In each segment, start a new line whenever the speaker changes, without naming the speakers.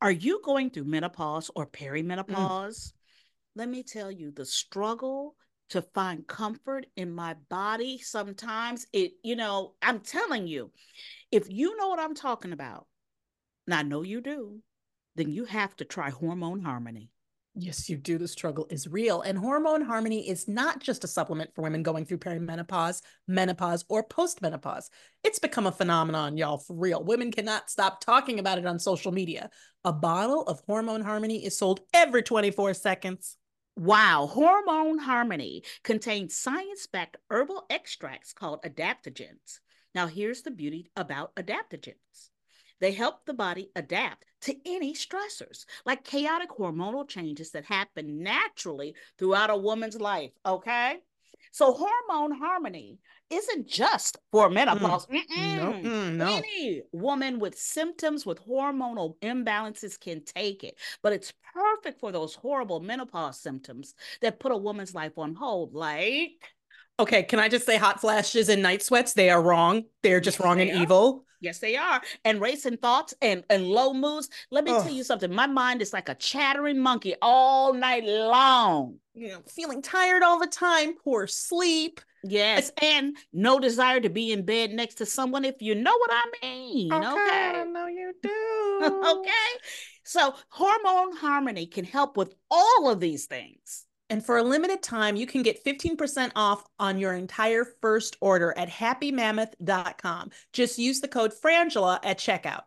Are you going through menopause or perimenopause? Let me tell you, the struggle to find comfort in my body sometimes it, you know, I'm telling you, if you know what I'm talking about, and I know you do, then you have to try hormone harmony.
Yes, you do. The struggle is real. And hormone harmony is not just a supplement for women going through perimenopause, menopause, or postmenopause. It's become a phenomenon, y'all, for real. Women cannot stop talking about it on social media. A bottle of hormone harmony is sold every 24 seconds.
Wow, Hormone Harmony contains science backed herbal extracts called adaptogens. Now, here's the beauty about adaptogens they help the body adapt to any stressors, like chaotic hormonal changes that happen naturally throughout a woman's life. Okay. So, Hormone Harmony isn't just for menopause. Mm-mm.
Mm, no.
Any woman with symptoms with hormonal imbalances can take it, but it's perfect for those horrible menopause symptoms that put a woman's life on hold. Like,
Okay, can I just say hot flashes and night sweats? They are wrong. They're just
Yes,
wrong
they
and
are.
evil.
yes, they are, and racing thoughts and, and low moods. Let me
Ugh.
tell you something. My mind is like a chattering monkey all night long.
You know, feeling tired all the time, poor sleep.
Yes, and no desire to be in bed next to someone if you know what I mean. okay.
I know you do.
okay. So, hormone harmony can help with all of these things.
And for a limited time, you can get 15% off on your entire first order at happymammoth.com. Just use the code Frangela at checkout.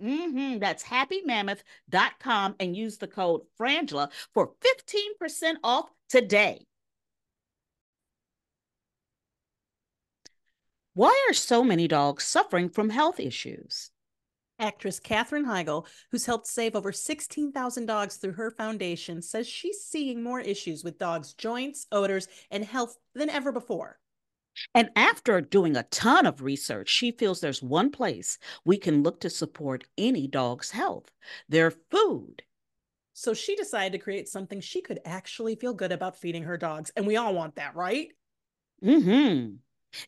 hmm That's happymammoth.com and use the code Frangela for 15% off today. Why are so many dogs suffering from health issues?
Actress Katherine Heigl, who's helped save over 16,000 dogs through her foundation, says she's seeing more issues with dogs' joints, odors, and health than ever before.
And after doing a ton of research, she feels there's one place we can look to support any dog's health their food.
So she decided to create something she could actually feel good about feeding her dogs. And we all want that, right?
hmm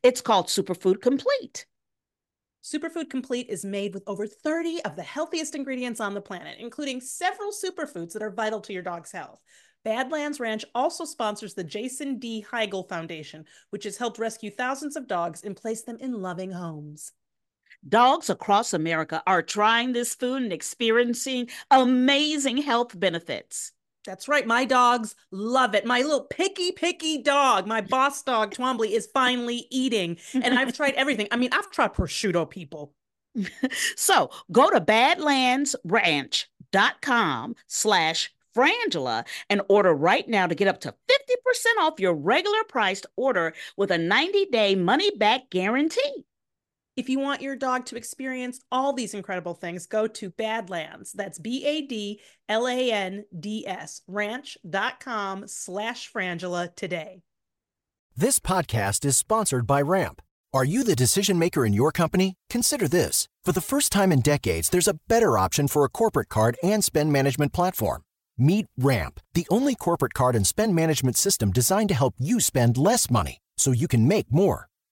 It's called Superfood Complete.
Superfood Complete is made with over 30 of the healthiest ingredients on the planet, including several superfoods that are vital to your dog's health. Badlands Ranch also sponsors the Jason D. Heigl Foundation, which has helped rescue thousands of dogs and place them in loving homes.
Dogs across America are trying this food and experiencing amazing health benefits.
That's right, my dogs love it. My little picky, picky dog, my boss dog, Twombly, is finally eating. And I've tried everything. I mean, I've tried prosciutto people.
So go to badlandsranch.com slash frangela and order right now to get up to 50% off your regular priced order with a 90-day money-back guarantee.
If you want your dog to experience all these incredible things, go to Badlands. That's B A D L A N D S ranch.com slash frangela today.
This podcast is sponsored by Ramp. Are you the decision maker in your company? Consider this. For the first time in decades, there's a better option for a corporate card and spend management platform. Meet Ramp, the only corporate card and spend management system designed to help you spend less money so you can make more.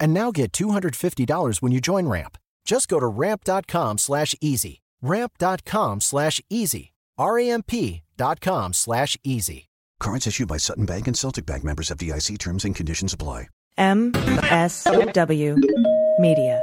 And now get $250 when you join Ramp. Just go to ramp.com slash easy. Ramp.com slash easy. R-A-M-P dot com slash easy.
Cards issued by Sutton Bank and Celtic Bank members of DIC terms and conditions apply.
MSW Media.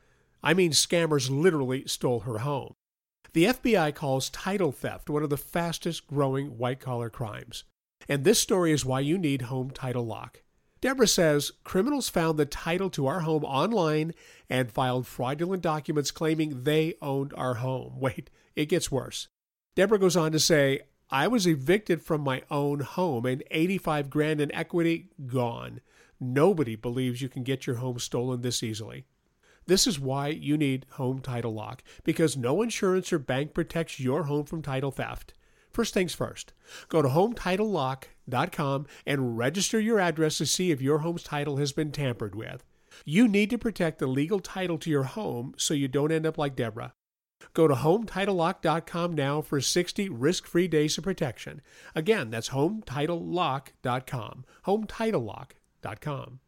I mean scammers literally stole her home. The FBI calls title theft one of the fastest growing white collar crimes. And this story is why you need Home Title Lock. Deborah says criminals found the title to our home online and filed fraudulent documents claiming they owned our home. Wait, it gets worse. Deborah goes on to say, I was evicted from my own home and 85 grand in equity gone. Nobody believes you can get your home stolen this easily. This is why you need Home Title Lock, because no insurance or bank protects your home from title theft. First things first, go to HometitleLock.com and register your address to see if your home's title has been tampered with. You need to protect the legal title to your home so you don't end up like Deborah. Go to HometitleLock.com now for 60 risk-free days of protection. Again, that's HometitleLock.com. HometitleLock.com.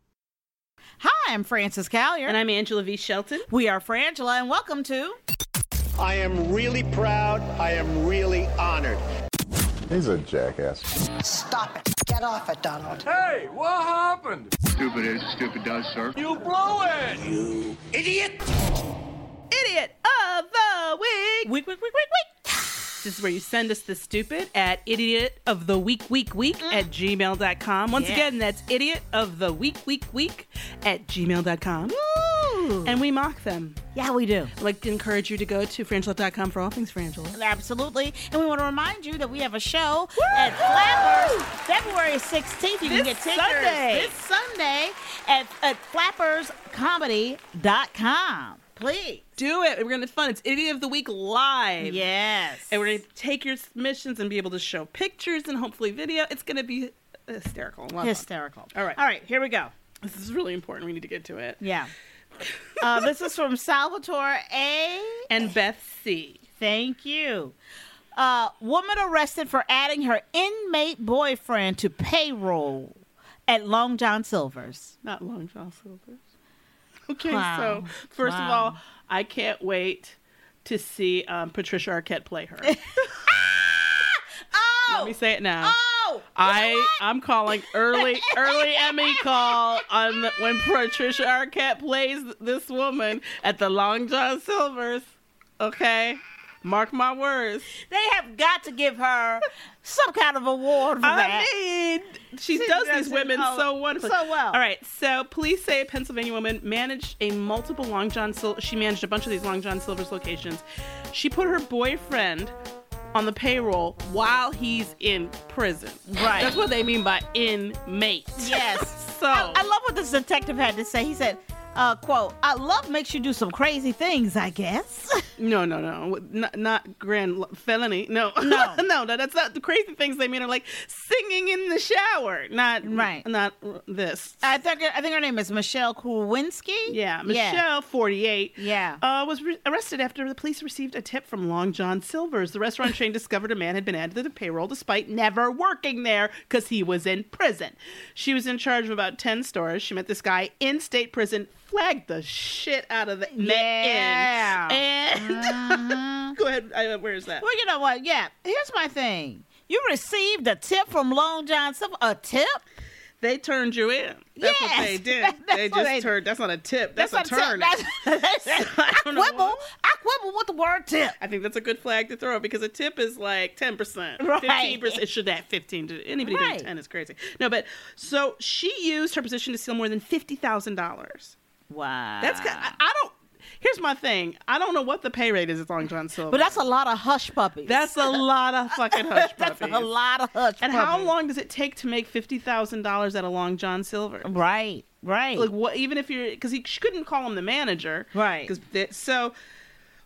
Hi, I'm Frances Callier.
And I'm Angela V. Shelton.
we are Frangela, and welcome to
I am really proud. I am really honored.
He's a jackass.
Stop it. Get off it, Donald.
Hey, what happened?
Stupid is, stupid does, sir.
You blow it! You idiot!
Idiot of the Week.
Week, week, week, week, week. This is where you send us the stupid at idiot of the week, week, week at gmail.com. Once
Mm. Yeah.
again, that's idiot of the week, week, week at gmail.com.
Ooh.
And we mock them.
yeah, we do.
I'd like to encourage you to go to frangela.com for all things frangela.
Absolutely. And we want to remind you that we have a show at Flappers February 16th. You can
This
get tickets
Sunday.
this Sunday at, at flapperscomedy.com. Please.
Do it. We're going to fun. It's idiot of the week live.
Yes.
And we're going to take your submissions and be able to show pictures and hopefully video. It's going to be hysterical. Love it.
hysterical.
All right.
All right, here we go.
This is really important. We need to get to it.
Yeah. uh, this is from Salvatore A.
And Beth C.
Thank you. Uh, woman arrested for adding her inmate boyfriend to payroll at Long John Silver's.
Not Long John Silver's. Okay,
Wow.
so first of
Wow.
all, I can't wait to see um, Patricia Arquette play her.
Oh!
Let me say it now.
Oh!
I I'm calling early early Emmy call on the, when Patricia Arquette plays this woman at the Long John Silver's. Okay, mark my words.
They have got to give her some kind of award for that.
I mean,
She
she, does,
does
these
it
women
all-
so wonderfully.
so well.
All right, so police say a Pennsylvania woman managed a multiple Long John Sil- She managed a bunch of these Long John Silver's locations. She put her boyfriend on the payroll while he's in prison.
Right.
That's what they mean by inmate.
Yes.
So
I love what this detective had to say. He said, uh, quote. I love makes you do some crazy things, I guess.
No, no, no, not, not grand l- felony. No,
No.
no, no. That's not the crazy things they mean. Are like singing in the shower, not right, not r- this.
I think I think her name is Michelle Kowinski.
Yeah,
Yeah.
Michelle, 48.
Yeah.
Uh, was re- arrested after the police received a tip from Long John Silver's. The restaurant chain discovered a man had been added to the payroll despite never working there because he was in prison. She was in charge of about 10 stores. She met this guy in state prison, flagged the shit out of the
Yeah. Uh-huh.
in. And go ahead. Uh, where is that?
Well, you know what? Yeah. Here's my thing. You received a tip from Long John Silver. A tip?
They turned you in.
yes.
That's what they did.
That- that's
they
what
just turned. That's not a tip. That's,
That's
a
not a
turn.
tip. That's- that's-
I, don't know
I quibble. I quibble with the word tip.
I think that's a good flag to throw because a tip is like 10%,
Right.
15%. It should that 15 to anybody
Right.
doing 10 is crazy. No, but so she used her position to steal more than $50,000.
Wow.
That's ki- I, I don't Here's my thing. I don't know what the pay rate is at Long John Silver.
But that's a lot of hush puppies.
That's a lot of fucking hush
That's a
puppies.
lot of hush
And how
puppies.
long does it take to make fifty thousand dollars at a Long John Silver?
Right, right.
Like what? Even if you're, because he she couldn't call him the manager,
Right.
Cause that- so,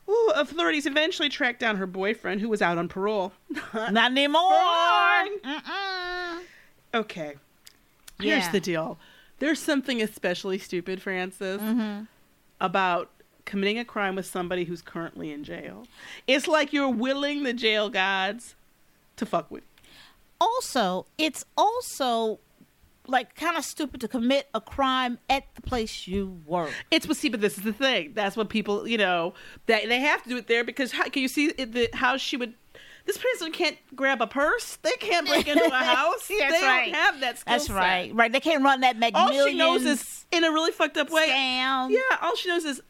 ooh, authorities eventually tracked down her boyfriend, who was out on parole.
Not anymore.
Okay. Here's
Yeah.
the deal. There's something especially stupid, Francis,
Mm-hmm.
about committing a crime with somebody who's currently in jail. It's like you're willing the jail gods to fuck with.
Also, it's also like kind of stupid to commit a crime at the place you work.
It's what see, but this is the thing. That's what people, you know, that they have to do it there because how, can you see it, the, how she would? This person can't grab a purse. They can't break into a house.
That's
they
right.
don't have that skill
That's
set.
right. Right. They can't run that
All
McMillions.
she knows is in a really fucked up way.
Scam.
Yeah, all she knows is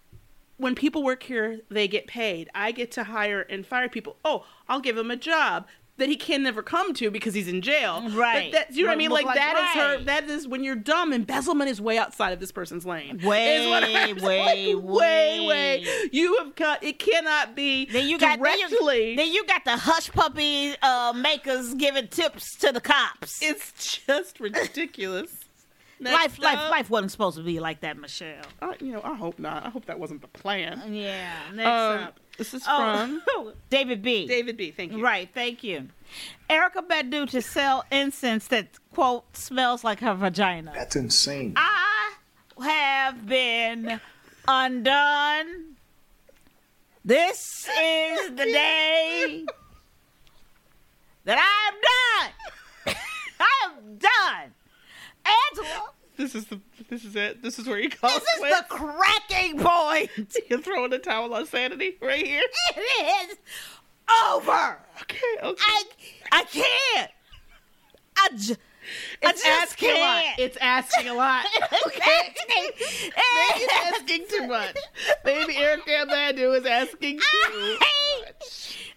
when people work here, they get paid. I get to hire and fire people. Oh, I'll give him a job that he can never come to because he's in jail.
Right.
But that, you know what I
Look-
mean?
look
Like, that is
like-
her. That is when you're dumb. Embezzlement is way outside of this person's lane.
Way,
Is what I'm
way,
like, way, way. You have cut. It cannot be
Then you got then
directly.
you, then you got the hush puppy uh, makers giving tips to the cops.
it's just ridiculous. Next
life, life,
up.
life wasn't supposed to be like that, Michelle.
I, you know, I hope not. I hope that wasn't the plan.
Yeah. Next
Um,
up.
this is
Oh,
from
David B.
David B. Thank you.
Right, thank you. Erica Badu to sell incense that quote smells like her vagina.
That's insane.
I have been undone. This is the day that I am done. I am done. Angela,
This is the. This is it. This is where he calls.
this is the cracking point.
You're throwing the towel on sanity right here.
It is over.
Okay. okay.
I, I can't. I, ju- I
It's
just
asking a lot.
can't.
It's asking a lot. Okay.
Asking.
Maybe it's asking too much. Maybe Erica Badu is asking too.
I,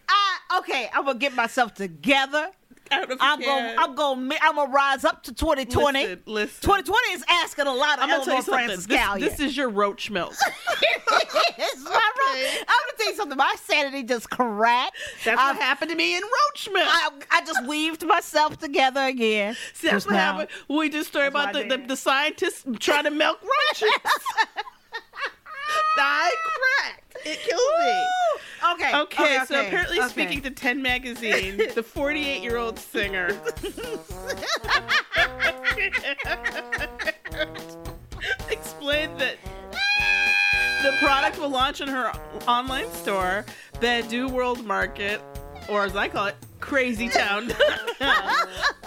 Uh, okay, I'm gonna get myself together.
I don't know if you
I'm gonna,
can.
I'm gonna, mi- I'm gonna rise up to 2020.
Listen, listen.
2020 is asking a lot of
I'm gonna tell you
Eleanor
something.
Francis
This-
Callion.
this is your roach milk.
It's my ro- I'm gonna tell you something. My sanity just cracked.
That's
I've-
what happened to me in roach milk.
I, I just weaved myself together again.
See, that's
Just
what
now.
happened. We just story about the,
what I
the,
did.
the scientists trying to milk roaches. I cracked. It killed me.
Okay.
Okay,
okay,
so
okay,
apparently,
okay.
speaking to 10 Magazine, the 48 year old singer. explained that the product will launch in her online store, Badu World Market, or as I call it, Crazy Town,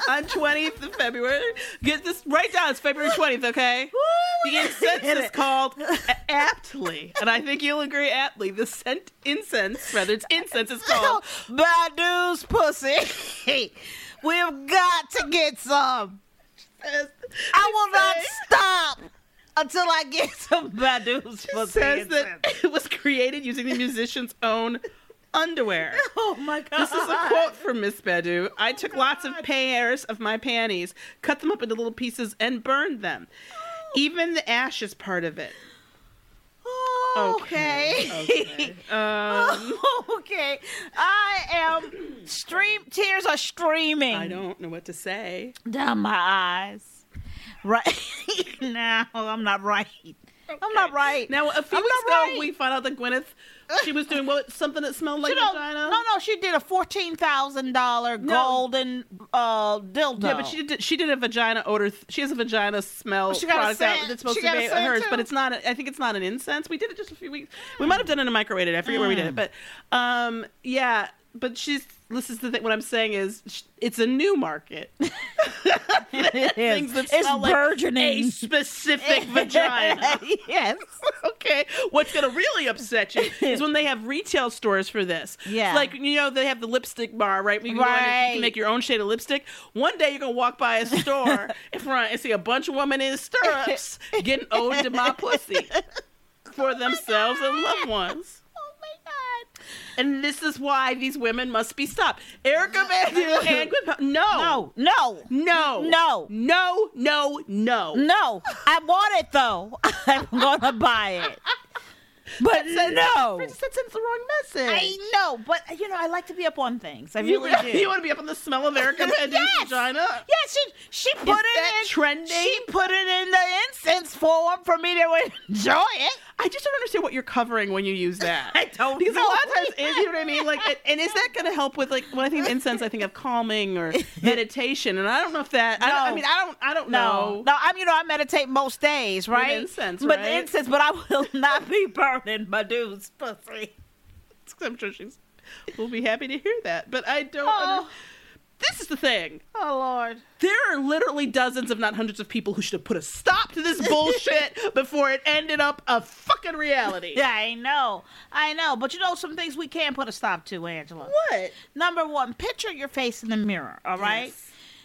on 20th of February. Get this right down. It's February 20th, okay? The incense is called a- aptly, and I think you'll agree aptly. The scent incense, rather, it's incense, is called
Badu's pussy. We've got to get some. I will not stop until I get some Badu's pussy.
says
in
that it was created using the musician's own underwear.
Oh my god. Oh
This is a quote from Miss Bedu. I took lots of pairs of my panties, cut them up into little pieces, and burned them.
Oh.
Even the ash is part of it.
Okay.
Okay. Um,
okay. I am stream tears are streaming
I don't know what to say.
down my eyes. Right now I'm not right. I'm not right.
Now, a few
I'm
weeks
not
ago, we found out that Gwyneth, she was doing what something that smelled like
She don't-
vagina.
No, no, she did a fourteen thousand dollar golden uh, dildo.
Yeah, but she did. She did a vagina odor. th- She has a vagina smell
She got a
product out
scent.
that's supposed
She
to
got a
be
scent,
hers,
too.
but it's not. A, I think it's not an incense. We did it just a few weeks. We might have done it in a microwave. I forget where we did
Mm.
it, but um, yeah. But she's. This is the thing. What I'm saying is, sh- it's a new market.
it
Things that smell like a specific vagina.
yes.
okay. What's gonna really upset you is when they have retail stores for this.
Yeah.
Like you know they have the lipstick bar, right? You can, go in and you
Right.
can make your own shade of lipstick. One day you're gonna walk by a store in front and see a bunch of women in stirrups getting ode to my pussy for themselves and loved ones. And this is why these women must be stopped. Erica Van and Gwyneth- no,
No, no,
no,
no,
no, no, no,
no. I want it though. I'm gonna buy it. But no,
That sends the wrong message.
I know. But you know, I like to be up on things. I really
you,
do.
You want to be up on the smell of Erica Bandu's
Yes!
vagina?
Yeah, she she put it
that
in
trending?
She put it in the incense form for me to enjoy it.
I just don't understand what you're covering when you use that.
I don't
because a
know.
lot of times, is, you know what I mean? Like, and- and is that going to help with like when I think of incense, I think of calming or meditation, and I don't know if that. I, don't, I
No.
mean, I don't. I don't
No,
know.
no. I'm you know I meditate most days, right?
incense,
but
right?
incense. But I will not be burning my dude's pussy.
I'm sure she's. We'll be happy to hear that, but I don't.
Oh.
Under, this is the thing.
Oh Lord.
There are literally dozens, if not hundreds, of people who should have put a stop to this bullshit before it ended up a fucking reality.
Yeah, I know. I know. But you know some things we can put a stop to, Angela.
What?
Number one, picture your face in the mirror, all right?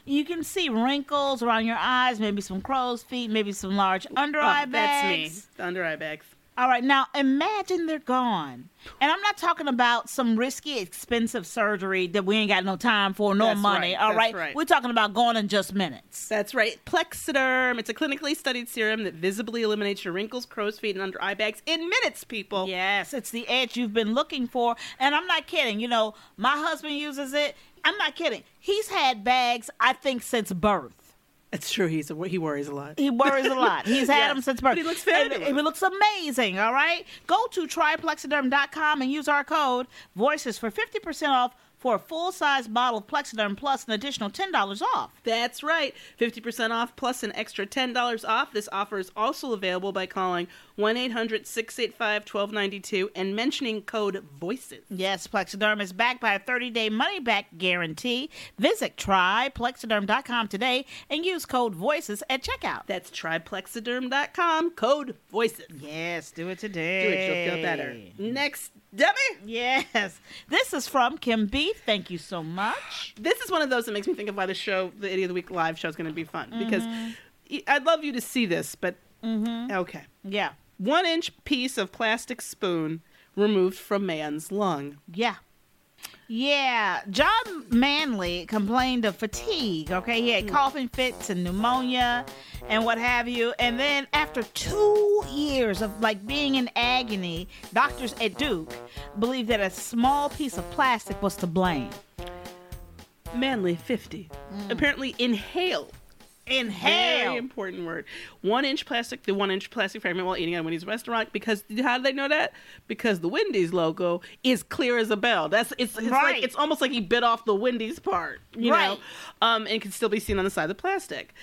You can see wrinkles around your eyes, maybe some crow's feet, maybe some large under eye
Oh,
bags.
That's me. The under eye bags.
All right, now imagine they're gone. And I'm not talking about some risky, expensive surgery that we ain't got no time for, nor
That's
money.
right,
All
that's right.
We're talking about gone in just minutes.
That's right. Plexiderm. It's a clinically studied serum that visibly eliminates your wrinkles, crow's feet, and under eye bags in minutes, people.
Yes, it's the edge you've been looking for. And I'm not kidding. You know, my husband uses it. I'm not kidding. He's had bags, I think, since birth.
It's true. He's a, he worries a lot.
He worries a lot. He's had
Yes,
them since birth.
but he looks
And-
fabulous.
and He looks amazing, all right? Go to triplexiderm.com and use our code VOICES for 50% off for a full size bottle of Plexiderm plus an additional $10 off.
That's right. 50% off plus an extra $10 off. This offer is also available by calling 1 800 685 1292 and mentioning code VOICES.
Yes, Plexiderm is backed by a 30 day money back guarantee. Visit triplexiderm.com today and use code VOICES at checkout.
That's triplexiderm.com, code VOICES.
Yes, do it
Do
today.
it, you'll feel better. Next, Debbie.
Yes. This is from Kim B. Thank you so much.
this is one of those that makes me think of why the show, the Idiot of the Week live show, is going to be fun because y- I'd love you to see this, but okay.
Yeah.
One inch piece of plastic spoon removed from man's lung.
Yeah. Yeah. John Manley complained of fatigue. Okay. He
Hmm.
had coughing fits and pneumonia and what have you. And then after two years of like being in agony, doctors at Duke believed that a small piece of plastic was to blame.
Manly 50. Apparently, inhale. Very
Inhale.
important word. One inch plastic, the one inch plastic fragment while eating at a Wendy's restaurant. Because how do they know that? Because the Wendy's logo is clear as a bell. That's it's it's
Right.
like it's almost like he bit off the Wendy's part, you
Right.
know, um, and can still be seen on the side of the plastic.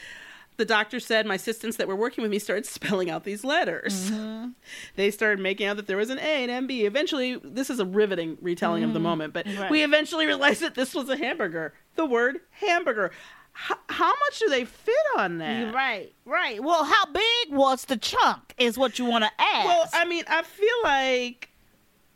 The doctor said my assistants that were working with me started spelling out these letters.
Mm-hmm.
They started making out that there was an A and M B. Eventually, this is a riveting retelling of the moment, but
Mm-hmm. Right.
we eventually realized that this was a hamburger. The word hamburger. H- how much do they fit on that?
Right, right. Well, how big was the chunk is what you want to ask.
Well, I mean, I feel like,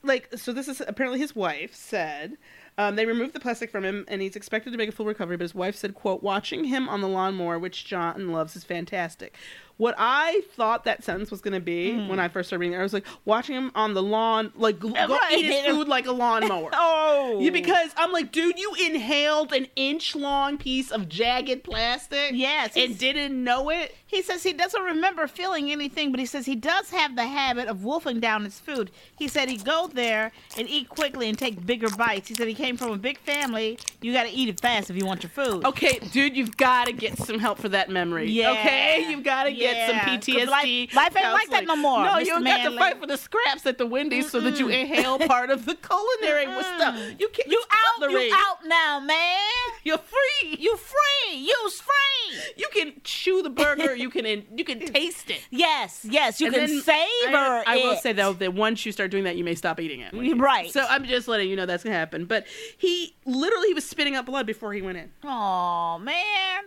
like, so this is apparently his wife said. Um, they removed the plastic from him, and he's expected to make a full recovery. But his wife said, "quote Watching him on the lawnmower, which John loves, is fantastic." What I thought that sentence was going to be
Mm-hmm.
when I first started reading it, I was like, "Watching him on the lawn, like go go
Right.
eat his food like a lawnmower."
oh,
Yeah, because I'm like, dude, you inhaled an inch long piece of jagged plastic,
Yes,
and
he's-
didn't know it.
He says he doesn't remember feeling anything, but he says he does have the habit of wolfing down his food. He said he'd go there and eat quickly and take bigger bites. He said he came from a big family. You got to eat it fast if you want your food.
Okay, dude, you've got to get some help for that memory.
Yeah.
Okay, you've got to get get some
'cause
PTSD.
life- life ain't like that no
counseling.
more,
No,
Mr.
you don't got to
Manley.
fight for the scraps at the Wendy's so that you
Mm-mm.
inhale part of the culinary stuff. You can't. You
out, you out now, man.
You're free.
You free. You's free.
You can chew the burger. You can you can taste it.
Yes, yes, you
And
can
then
savor
I, I will
it.
say though that once you start doing that, you may stop eating it.
You're right.
So I'm just letting you know that's gonna happen. But he literally he was spitting up blood before he went in.
Oh man.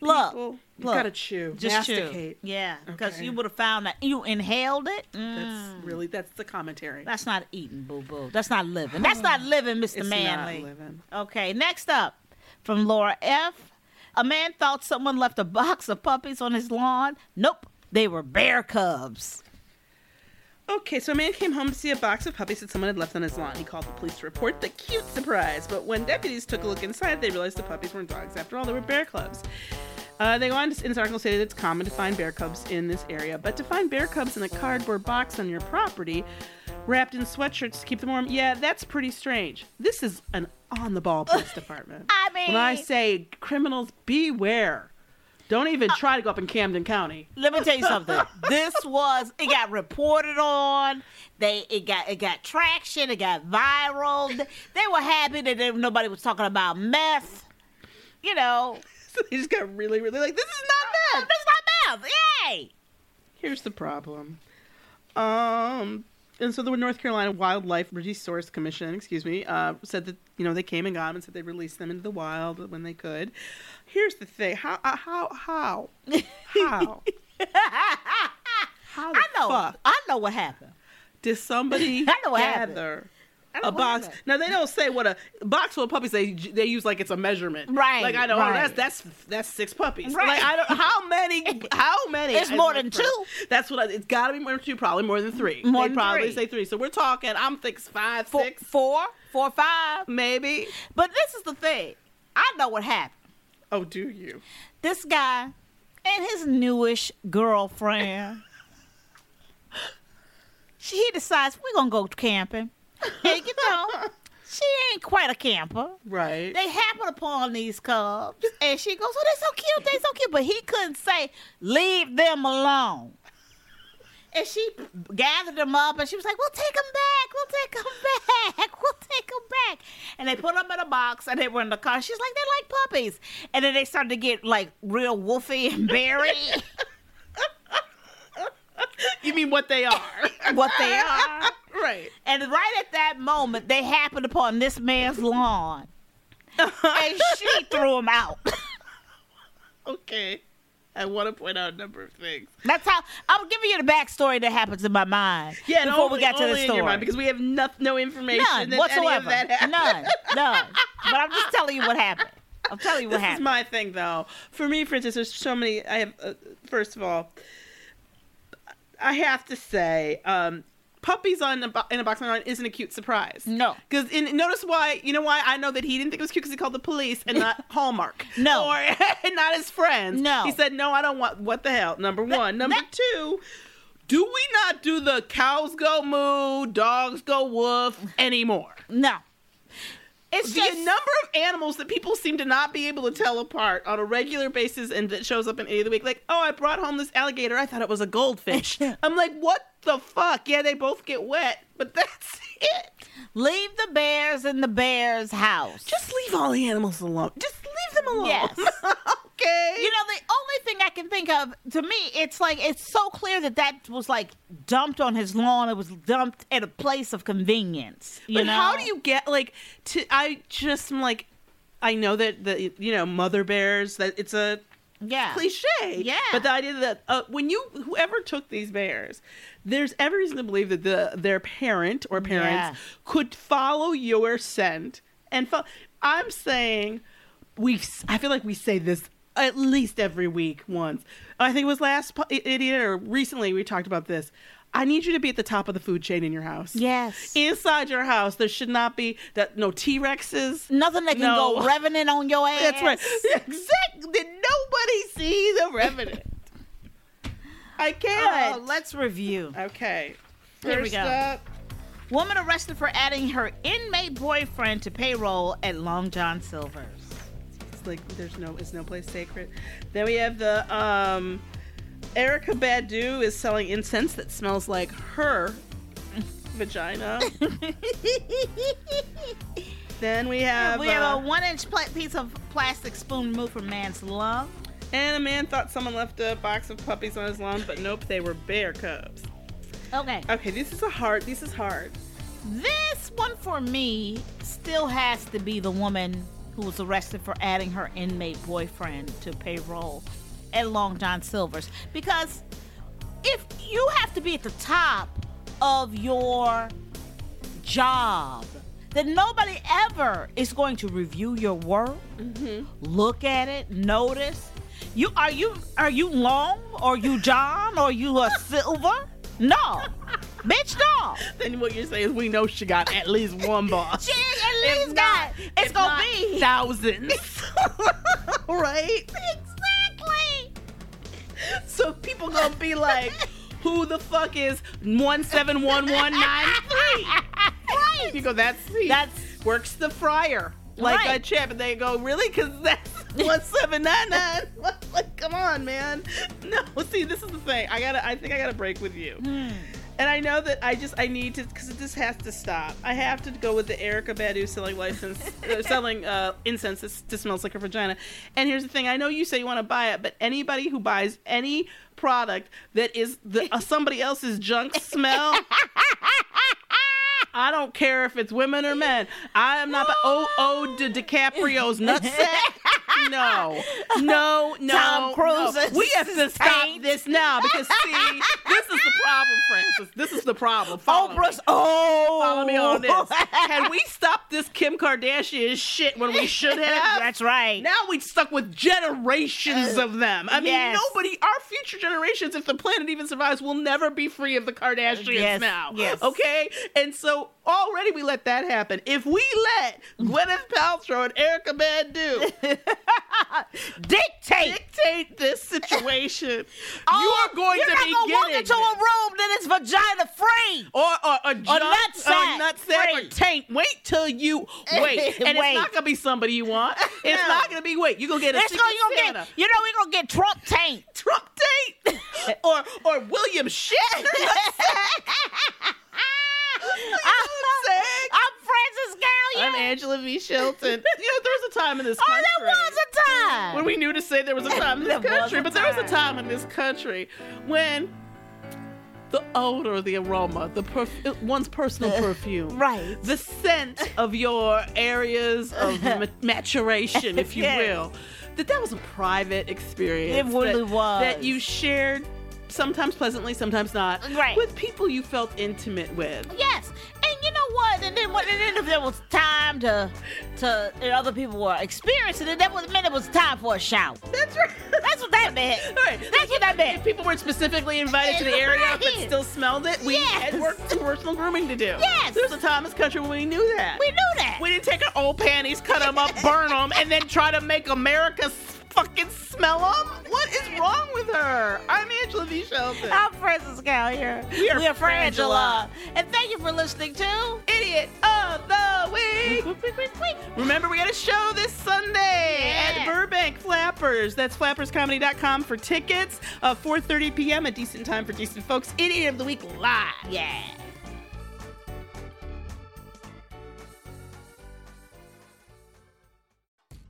Look,
People, you
look.
gotta chew,
Just
masticate.
chew. Yeah, because
Okay.
you would have found that you inhaled it. Mm.
That's really that's the commentary.
That's not eating, boo boo. That's not living. That's not living, Mr.
It's not
Manley.
living.
Okay, next up from Laura F. A man thought someone left a box of puppies on his lawn. Nope, they were bear cubs.
Okay, so a man came home to see a box of puppies that someone had left on his lawn. He called the police to report the cute surprise, but when deputies took a look inside, they realized the puppies weren't dogs. After all, they were bear cubs. Uh, they go on to, in this article say that it's common to find bear cubs in this area, but to find bear cubs in a cardboard box on your property, wrapped in sweatshirts to keep them warm, yeah, that's pretty strange. This is an on the ball police department.
I
when I
mean-
say criminals, beware. Don't even
Uh
try to go up in Camden County.
Let me tell you something. this was it got reported on. They it got it got traction. It got viral. They were happy that they- nobody was talking about meth. You know,
they just got really, really like this is
not meth. This is not meth. Yay!
Here's the problem. Um, and so the North Carolina Wildlife Resource Commission, excuse me, uh, said that you know they came and got them and said they released them into the wild when they could. Here's the thing: how, uh, how, how, how, how the
I know.
fuck
I know what happened.
did somebody
I know what happened.
gather?
I know
A
what
box.
happened.
Now they don't say what a box full of puppies. They they use like it's a measurement,
Right,
Like I know oh,
right.
that's that's that's six puppies.
Right.
Like I don't how many how many.
It's
I
more
looked
than
for.
two.
That's what I, it's got to be more than two. Probably more than three.
More
They
than
probably
three.
say three. So we're talking. I'm thinking five,
Four,
six,
four, four, five.
maybe.
But this is the thing. I know what happened.
Oh, do you?
This guy and his newish girlfriend. she he decides we're gonna go camping. And you know, she ain't quite a camper.
Right.
They happen upon these cubs, and she goes, "Oh, they're so cute, they're so cute." But he couldn't say, "Leave them alone." And she gathered them up, and she was like, "We'll take them back. We'll take them back. We'll take them back." And they put them in a box, and they were in the car. She's like, "They're like puppies," and then they started to get like real wolfy and berry.
You mean what they are?
what they are.
right.
And right at that moment, they happened upon this man's lawn. and she threw him out.
Okay. I want to point out a number of things.
That's how I'm giving you the backstory that happens in my mind.
Yeah, and
before
only-
we got to
only
the
in your
story.
mind, because we have no, no information
None
that Any of
whatsoever.
that happened.
None. None. But I'm just telling you what happened. I'm telling you what
this
happened.
is my thing though for me for instance there's so many i have uh, first of all i have to say um Puppies on a bo- in a box on isn't a cute surprise.
No,
because notice why you know why I know that he didn't think it was cute because he called the police and not Hallmark.
No.
or not his friends.
No.
he said no. I don't want what the hell. Number one. Number two. Do we not do the cows go moo, dogs go woof anymore?
no. It's
the
just
number of animals that people seem to not be able to tell apart on a regular basis and that shows up in any of the week. Like, oh, I brought home this alligator. I thought it was a goldfish. I'm like, what the fuck? Yeah, they both get wet, but that's it.
leave the bears in the bear's house.
Just leave all the animals alone. Just leave them alone.
Yes.
okay.
You know, the only thing I can think of to me, it's like it's so clear that that was like dumped on his lawn. It was dumped at a place of convenience. You
but
know?
how do you get like to? I just am like, I know that the you know mother bears that it's a
Yeah.
cliche.
Yeah.
But the idea that uh, when you whoever took these bears, there's every reason to believe that the their parent or parents could follow your scent and fo- I'm saying we have I feel like we say this at least every week once. I think it was last po- idiot or recently we talked about this. I need you to be at the top of the food chain in your house.
Yes.
Inside your house, there should not be that no T Rexes.
Nothing that can
No.
go revenant on your ass.
That's right. Exactly. Did nobody see the revenant? I
Oh,
can't.
let's review.
okay. First
Here we go.
up,
Woman arrested for adding her inmate boyfriend to payroll at Long John Silver's.
it's like there's no, it's no place sacred. Then we have the um, Erica Badu is selling incense that smells like her vagina. then we have uh,
we have uh, a one-inch pla- piece of plastic spoon removed from man's lung.
And a man thought someone left a box of puppies on his lawn, but nope, they were bear cubs.
Okay.
Okay, this is a hard. This is hard.
This one for me still has to be the woman who was arrested for adding her inmate boyfriend to payroll at Long John Silver's. Because if you have to be at the top of your job, then nobody ever is going to review your work, look at it, notice. You are you are you long? Are you John? Are you a silver? No. Bitch, no.
Then what you're saying is we know she got at least one boss.
She at least got it's gonna be
thousands. right?
Exactly.
So people gonna be like, who the fuck is one seven one one nine three? Right. You go, that's he.
That's
works the fryer. Like
Right.
a chip, and they go really because that's one seven nine nine. Like, come on, man. No, see, this is the thing. I gotta. I think I gotta break with you. And I know that I just I need to because this has to stop. I have to go with the Erica Badu selling license, uh, selling uh, incense that s- that smells like her vagina. And here's the thing: I know you say you want to buy it, but anybody who buys any product that is the uh, somebody else's junk smell. I don't care if it's women or men. I am not. bu- Oh, oh, De DiCaprio's nutsack. No, no, no.
Tom
no.
Cruise's
We have to stop
taint.
this now because see, this is the problem, Francis. This is the problem. Follow
Oprah's-
me.
oh.
follow me on this. Had we stopped this Kim Kardashian shit when we should have,
That's right. Uh,
now we'd stuck with generations of them. I mean,
Yes.
nobody, our future generations, if the planet even survives, will never be free of the Kardashians
Yes,
now.
yes.
Okay? And so already we let that happen. If we let Gwyneth Paltrow and Erica Badu
Dictate.
dictate this situation,
Oh,
you are going
you're
to
not
be
gonna walk
getting
into a
this.
room that is vagina free.
or or a junk,
nutsack.
or nutsack, or
Free.
taint. Wait till you wait, and
Wait.
it's not gonna be somebody you want. It's
No.
not gonna be wait. You gonna get a
It's
secret
gonna, you gonna
Santa.
get, you know, we're gonna get Trump taint.
Trump taint or or William Shatner.
I'm Francis Gallion.
I'm Angela V. Shelton. You know, there was a time in this
oh,
country
there was a time.
when we knew to say there was a time in this
There was
country,
a
but there was a
time.
time in this country when the odor, the aroma, the perf- one's personal perfume,
Right.
the scent of your areas of ma- maturation, if you
Yes.
will, that that was a private experience.
It really
that,
was.
That you shared, sometimes pleasantly, sometimes not,
Right.
with people you felt intimate with.
Yes, and you know what? And then when, and then if there was time to, to and other people were experiencing it, that was meant it was time for a shower.
That's right.
That's what that meant.
Right.
That's what that meant.
If people weren't specifically invited to the area but
Right.
still smelled it, we had
Yes.
work personal grooming to do.
Yes.
There's a Thomas country when we knew that.
We knew that.
We didn't take our old panties, cut them up, burn them, and then try to make America s- fucking smell them. What is wrong with her? I'm Angela V. Shelton.
I'm Francis Callier.
We are
Frangela.
Frangela.
And thank you for listening to
Idiot of the week.
Quick, quick, quick, quick.
Remember, we got a show this Sunday
Yeah.
at Burbank Flappers. That's flapperscomedy.com for tickets. Uh, 4.30 p.m., a decent time for decent folks. Idiot of the Week live.
Yeah.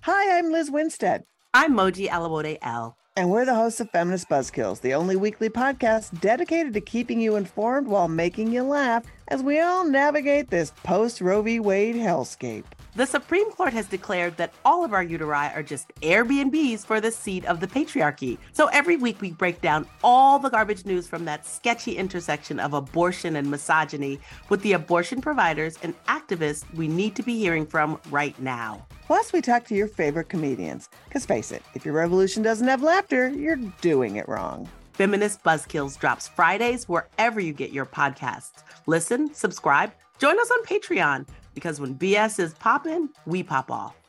Hi, I'm Liz Winstead.
I'm Moji Alawode L.
And we're the hosts of Feminist Buzzkills, the only weekly podcast dedicated to keeping you informed while making you laugh as we all navigate this post Roe v. Wade hellscape.
The Supreme Court has declared that all of our uteri are just Airbnbs for the seat of the patriarchy. So every week we break down all the garbage news from that sketchy intersection of abortion and misogyny with the abortion providers and activists we need to be hearing from right now.
Plus, we talk to your favorite comedians. Because face it, if your revolution doesn't have laughter, you're doing it wrong.
Feminist Buzzkills drops Fridays wherever you get your podcasts. Listen, subscribe, join us on Patreon because when BS is poppin', we pop off.